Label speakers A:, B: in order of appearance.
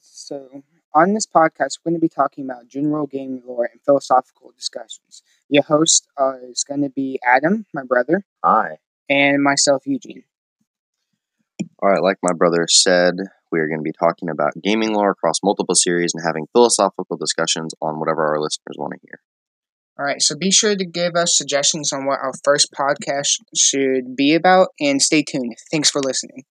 A: So, on this podcast, we're going to be talking about general game lore and philosophical discussions. Your host uh, is going to be Adam, my brother,
B: Hi.
A: and myself, Eugene.
B: All right, like my brother said, we are going to be talking about gaming lore across multiple series and having philosophical discussions on whatever our listeners want to hear.
A: All right, so be sure to give us suggestions on what our first podcast should be about and stay tuned. Thanks for listening.